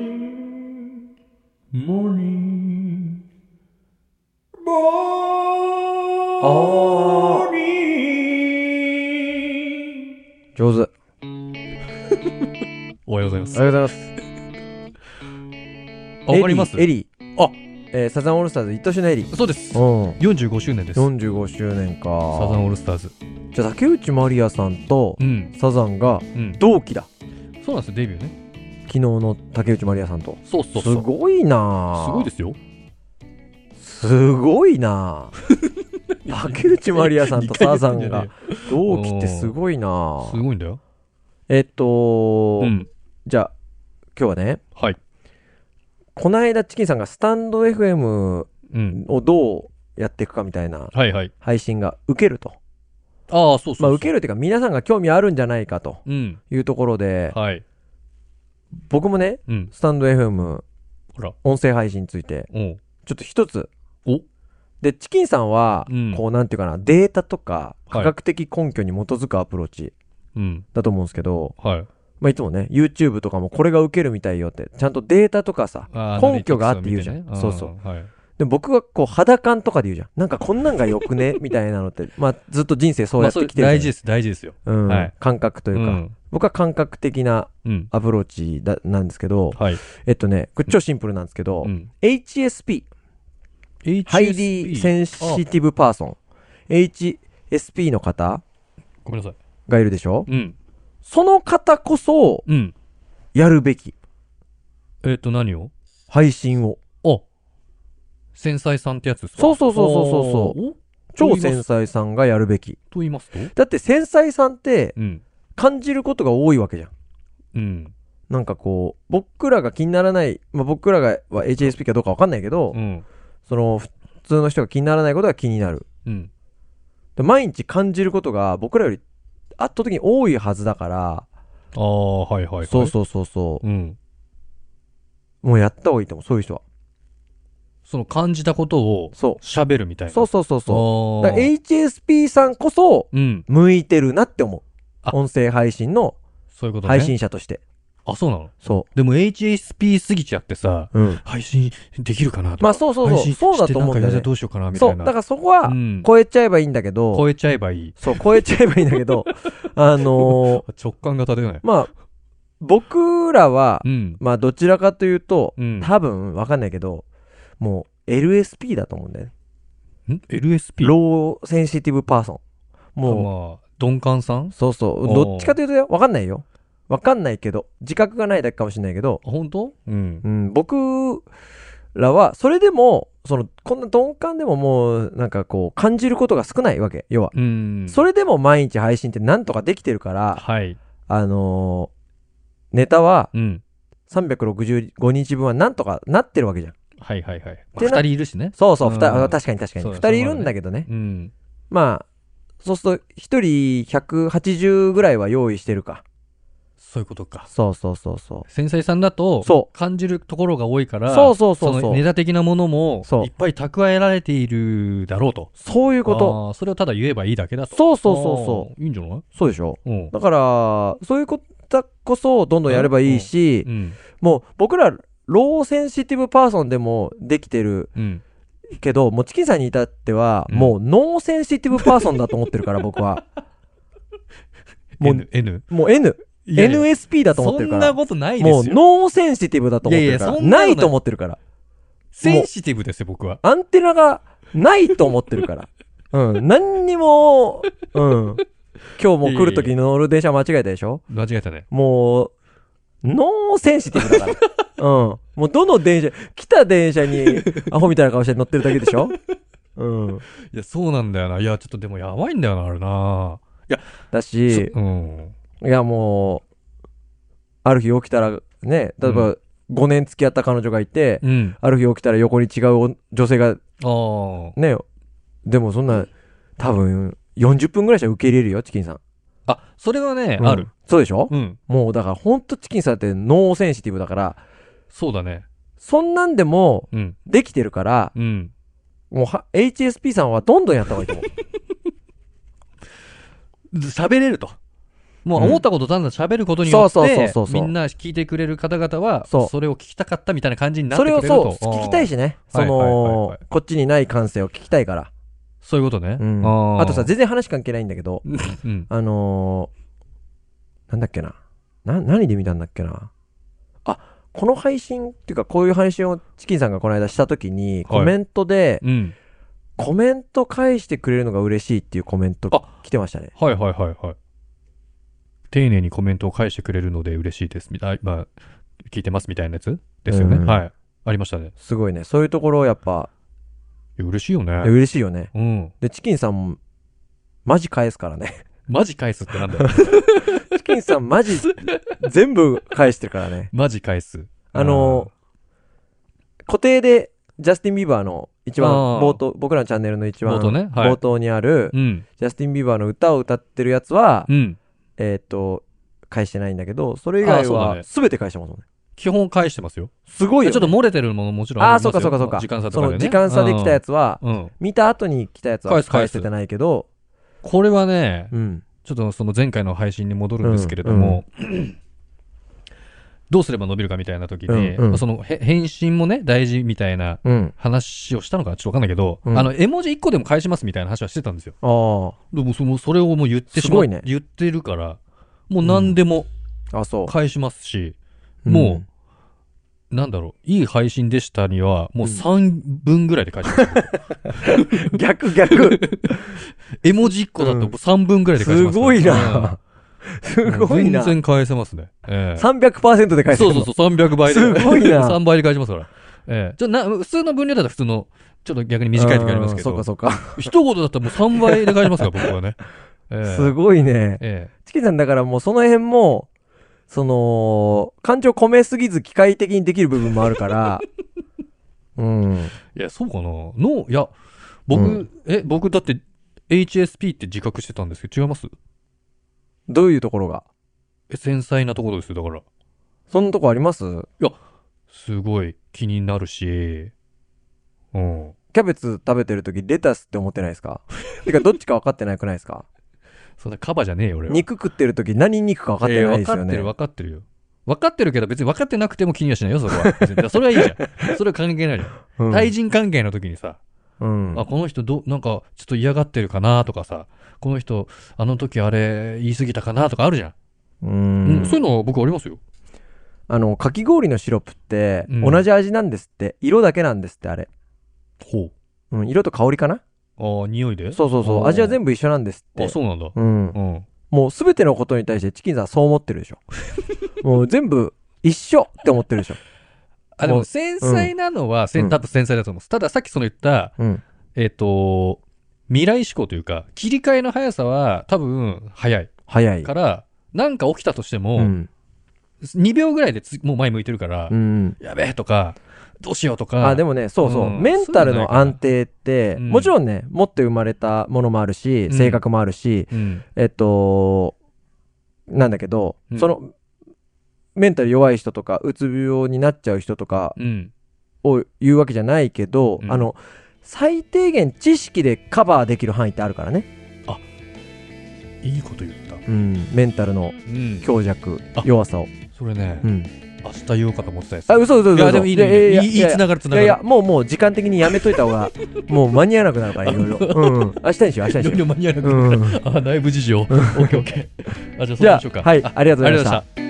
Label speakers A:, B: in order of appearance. A: morning, morning, morning.
B: 上手。
C: おはようございます。
B: ありがとうございます。
C: あわかります
B: エリー。エリーあ、えーサザンオールスターズ一等種のエリー。
C: そうです。
B: うん。
C: 45周年です。サ
B: 45周年か。
C: ザンオールスターズ。
B: じゃあ竹内まりやさんと
C: うん。
B: サザンが
C: うん。
B: 同期だ。
C: そうなんですよ、デビューね。
B: 昨日の竹内まりやさんと。
C: そうそ
B: すごいなあ
C: すごいですよ。
B: すごい なあ竹内まりやさんとサザンが同期ってすごいな
C: すごいんだよ。
B: えっと、
C: うん。
B: じゃあ今日はね
C: はい。
B: こないだチキンさんがスタンド FM
C: うん。
B: をどうやっていくかみたいな
C: はいはい。
B: 配信が受けると
C: ああ、そうそうそう。
B: まあ受けるっていうか皆さんが興味あるんじゃないかと
C: うん。
B: いうところで
C: はい。
B: 僕もね
C: うん。
B: スタンド FM
C: ほら。
B: 音声配信について
C: おう。
B: ちょっと一つ
C: お
B: でチキンさんは、
C: うん
B: こうなんていうかなデータとか
C: はい
B: 科学的根拠に基づくアプローチ、
C: うん。
B: だと思うんですけど、
C: はい。
B: まあ、いつもね YouTube とかもこれが受けるみたいよってちゃんとデータとかさ
C: あー
B: 根拠があって言うじゃん
C: アナリティクスを見てね
B: そうそう
C: あーはい。
B: で僕がこう肌感とかで言うじゃんなんかこんなんがよ くねみたいなのって、まあ、ずっと人生そう
C: ま
B: や
C: あ
B: って
C: そう
B: きてるじゃん、
C: 大事です、大事ですよ。
B: うん
C: はい
B: 感覚というか、
C: うん
B: 僕は感覚的な
C: うん。
B: アプローチだなんですけど
C: はい。
B: えっとねこれ超シンプルなんですけど、
C: うん。
B: HSP ハイリーセンシティブパーソン HSP の方
C: ごめんなさい。
B: がいるでしょ
C: うん。
B: その方こそ
C: うん。
B: やるべき
C: えっと、何を
B: 配信を
C: あ繊細さんってやつですか
B: そうそうそうそうそうそう
C: う。
B: 超繊細さんがやるべき
C: と言いますと
B: だって繊細さんって
C: うん。
B: 感じることが多いわけじゃん。
C: うん。
B: なんかこう、僕らが気にならない、まあ、僕らがは HSP かどうかわかんないけど、
C: うん。
B: その普通の人が気にならないことが気になる。
C: うん。
B: で毎日感じることが僕らより圧倒的に多いはずだから、
C: ああ、はいはいはい。。
B: そうそうそうそう
C: うん。
B: う、もうやった方がいいと思う、そういう人は。
C: その感じたことを
B: そ。
C: 喋るみたいうな。
B: そううそうそうそ
C: そ
B: う。だから HSP さんこそ
C: うん。
B: 向いてるなって思
C: あ
B: う。音声配信の
C: そういうことね。
B: 配信者として。
C: あ、そうなの
B: そ
C: でも HSP すぎちゃってさ、
B: う。うん。
C: 配信できるかなとか。
B: まあそうそう
C: 配
B: そう。
C: 信
B: そうだ
C: して
B: と思うんだ
C: なんか
B: よね
C: ど。うしようかなみた
B: そ。
C: いうな。
B: だからそこは
C: うん
B: 超えちゃえばいいんだけど、
C: 超えちゃえばいい。
B: そう、超えちゃえばいいんだ けど、あのー
C: 直感が立てない。
B: まあ、僕らは
C: う、ん。
B: まあどちらかというと、
C: うん。
B: 多分わかんないけど、もう LSP だと思うんだよね。
C: ん ?LSP?
B: ローセンシティブパーソン。も
C: まあ、鈍感さん
B: う、そうそう、
C: おー
B: どっちかというとよわかんないよ。わかんないけど、自覚がないだけかもしれないけど、
C: あ本当うん
B: う。ん、僕らは、それでも、その、こんな鈍感でももう、なんかこう、感じることが少ないわけ、要は。
C: うん。
B: それでも毎日配信ってなんとかできてるから、
C: はい。
B: あのーネタは
C: うん。
B: 365日分はなんとかなってるわけじゃん。
C: はいはいはい。まあ
B: で
C: 二
B: な
C: 人いるしね。
B: そうそう、
C: うん
B: ふたあ確かに確かに。
C: そう
B: 2
C: だ
B: 人いるんだけどね。
C: うん。
B: まあ、そうすると1人180ぐらいは用意してるか。
C: そういうことか。
B: そうそうそうそ
C: 繊細さんだと、
B: そ
C: 感じるところが多いから、
B: う。そうそうそう
C: の
B: そ
C: ネ
B: う。
C: タ的なものも、
B: そう
C: いっぱい蓄えられているだろうと。
B: そういうこと。
C: あーそれをただ言えばいいだけだと。。
B: そうそうそうそう。
C: いいんじゃないう
B: そうでしょ
C: うん。
B: だから、そういうことこそどんどんやればいいし
C: う、ん。
B: もう僕ら、ローセンシティブパーソンでもできてる
C: うん。
B: けど、もうチキンさんに至っては、
C: うん
B: もうノーセンシティブパーソンだと思ってるから、僕は。もう
C: N、N。
B: もう N、
C: いやいや
B: NSP だと思って
C: そ
B: るか
C: ん
B: ら。
C: な
B: も
C: ことな
B: う
C: い
B: ノ
C: ですよ。
B: ーセンシティブだと思ってるから。
C: い
B: な
C: やい
B: い
C: やそんなことない
B: と思ってるから。
C: センシティブですよ、僕は。
B: アンテナがないと思ってるから。 うん。何にも、うん。今日も来るとき乗る電車間違えたでしょ
C: 間違えたね。
B: もう、ノーセンシティブ だから。うん。もうどの電車、来た電車にアホみたいな顔して乗ってるだけでしょうん。
C: いや、そうなんだよな。いや、ちょっとでもやばいんだよな、あれな。
B: だし、
C: うん。
B: いやもう、ある日起きたらね、例え
C: う
B: ば5年付き合った彼女がいて、
C: うん。
B: ある日起きたら横に違う女性が
C: ああ。
B: ね、でもそんな、多分40分ぐらいしたら受け入れるよ、チキンさん。
C: あ、それはね、
B: うん
C: ある。。
B: そうでしょ、
C: うん。
B: もうだからほんとチキンさんってノーセンシティブだから、
C: そうだね。
B: そんなんでも
C: うん。
B: できてるから、
C: うん。
B: もうは HSP さんはどんどんやった方がいいと思う。
C: 喋れると。もう思ったことをただ喋ることに
B: そ
C: よ
B: う
C: っ
B: そうそう
C: て
B: そう、そう
C: みんな聞いてくれる方々は、
B: そう
C: それを聞きたかったみたいな感じに なって
B: そ
C: くれ
B: れ
C: る
B: を
C: と。
B: そう、聞きたい
C: し。
B: しね。
C: あーは
B: そ
C: いはいはいは
B: の
C: い、
B: こっちにない感性を聞きたいから。
C: そういうことね。
B: うん
C: ー
B: あとさ、、全然話関係ないんだけど、
C: うん。
B: あのー、なんだっけな。な、何で見たんだっけな。あ、この配信っていうか、こういう配信をチキンさんがこの間したときに、
C: はい
B: コメントで、
C: うん。
B: コメント返してくれるのが嬉しいっていうコメント
C: あ
B: 来てましたね。
C: はいはいはいはい。丁寧にコメントを返してくれるので嬉しいです。みたいまあ、聞いてますみたいなやつですよね。
B: うん
C: はい。ありましたね。
B: すごいね。そういうところやっぱ、
C: いや嬉しいよ
B: いや
C: ね。
B: 嬉しいよね。
C: うん。
B: で、チキンさんも、マジ返すからね。
C: マジ返すってなんだよ。
B: チキンさんマ ジ、全部返してるからね。
C: マジ返す。
B: あの固定で、ジャスティン・ビーバーの一番、
C: あー
B: 冒頭、僕らのチャンネルの一番、
C: 冒頭ねはい
B: 冒頭にある
C: う、ん。
B: ジャスティン・ビーバーの歌を歌ってるやつは、
C: うん。
B: えーっ、と、返してないんだけど、それ以
C: あー
B: 外
C: そうだ
B: は
C: ね
B: 全て返してますもんね。
C: 基本返してますよ。
B: すごいよ、ね。
C: ちょっと漏れてるものもちろん
B: あ
C: あ
B: あ、
C: ります
B: そ
C: よ
B: うかそうかそうか。
C: 時間差と
B: そ
C: かで
B: の
C: ね。
B: 時間差で来たやつは、
C: うん。うん。
B: 見た後に来たやつは
C: 返す返
B: 返
C: す
B: せてないけど、
C: これはね、
B: うん。
C: ちょっとその前回の配信に戻るんですけれども、どうすれば伸びるかみたいな時に、
B: うんうん
C: まあそのへ返信もね、大事みたいな
B: うん。
C: 話をしたのかちょっとわかんないけど、
B: うん
C: あの、絵文字1個でも返しますみたいな話はしてたんですよ。
B: あ
C: でもその、それをもう言ってしますう
B: ごいね
C: 言ってるから、もう何でも
B: あ。あ、そう。
C: 返しますし、
B: うん
C: もなんだろう、いい配信でしたには、もう3分ぐらいで返し ます。
B: 逆 逆。
C: 絵文字1個だと3分ぐらいで返し
B: す
C: ますから、
B: ごいな。すごいな。
C: 全然返せますね。ええ
B: 300%で返して
C: そ
B: る
C: う
B: の
C: そうそう、300倍で。
B: すごい な
C: 3倍で返しますから。ええちょな普通の分量だったら普通の、ちょっと逆に短い時ありますけ
B: うん
C: ど、
B: そうかそ
C: 一言だったらもう3倍で返しますから、僕はね。
B: う
C: え
B: か。
C: え
B: すごいね。
C: え
B: チキンさんだからもうその辺も、その、感情込めすぎず機械的にできる部分もあ るから、うん。
C: え。いや、そうかな。の、いや、僕、
B: うん
C: え、僕だって、HSP って自覚してたんですけど、違います
B: どういうところが
C: え、繊細なところですよ、だから。
B: そんなとこあります
C: すごい気になるし、うん。
B: キャベツ食べてるときレタスって思ってないですかてかどっちか分かってないくないですか
C: そんなカバじゃねえよ、俺は。
B: 肉食ってるとき何肉か分かってないですよね。
C: えー分かってる、分かってるよ。分かってるけど、別に分かってなくても気にはしないよ、そこは。別にだからそれはいいじゃん。 それは関係ないじゃん。
B: うん
C: 対人関係の時にさ、
B: うん。
C: あ、この人どう、なんか、ちょっと嫌がってるかなとかさ、この人、あの時あれ、言い過ぎたかなとかあるじゃん。
B: う
C: うん
B: ん
C: そういうの僕ありますよ。
B: あの、かき氷のシロップって、
C: うん
B: 同じ味なんですって、色だけなんですって、あれ。
C: ほ
B: うん、色と香りかな
C: う。ああ、匂いで
B: そうそうそう。味は全部一緒なんですっ
C: あ、
B: て。
C: そうなんだ。
B: うん。
C: うん。
B: もうすべてのことに対してチキンさんはそう思ってる でしょ。もう全部一緒って思ってるでしょ。
C: あ、で
B: も
C: も、
B: う
C: 繊細なのは、せ
B: うん
C: ん、多分繊細だと思うんです。ただ、さっきその言った、
B: うん。
C: えっ、と、未来思考というか、切り替えの速さは、多分、早い。
B: 早い。
C: から、なんか起きたとしても、
B: うん。
C: 2秒ぐらいでつもう前向いてるから、
B: うん。
C: やべえとか、どうしようとか。
B: あ、でもね、そうそう。
C: うん
B: メンタルの安定って、
C: うん
B: もちろんね、持って生まれたものもあるし、
C: うん
B: 性格もあるし、
C: うん、
B: えっと、なんだけど、
C: うん
B: その、メンタル弱い人とか、うつ病になっちゃう人とか
C: うん。
B: を言うわけじゃないけど、
C: うん
B: あの最低限知識でカバーできる範囲ってあるからね、
C: いいこと言った。
B: うん、メンタルの
C: うん。
B: 強弱
C: あ
B: 弱さを、
C: それね、
B: うん、
C: 明日言おうかと思ってたやつ。
B: あ嘘嘘嘘嘘
C: いや、でもいい
B: や
C: ね。いい
B: や
C: ね、いい、いい
B: や
C: つながるつ
B: い
C: なが
B: やい
C: る。
B: やもうもう時間的にやめといた方が もう間に合わなくなるからいろいろ、うん、明日にしよう明日に
C: いろ
B: し
C: い
B: よ
C: ろ間に合わな
B: う、
C: く
B: うん、
C: て。あ、内部事情。オッケーオッケー。あ、じゃあそうし
B: じ
C: ま
B: ゃ
C: しょうか。
B: あはいありがとう
C: あ
B: ござい
C: りがとうご
B: まし
C: ざいましたた。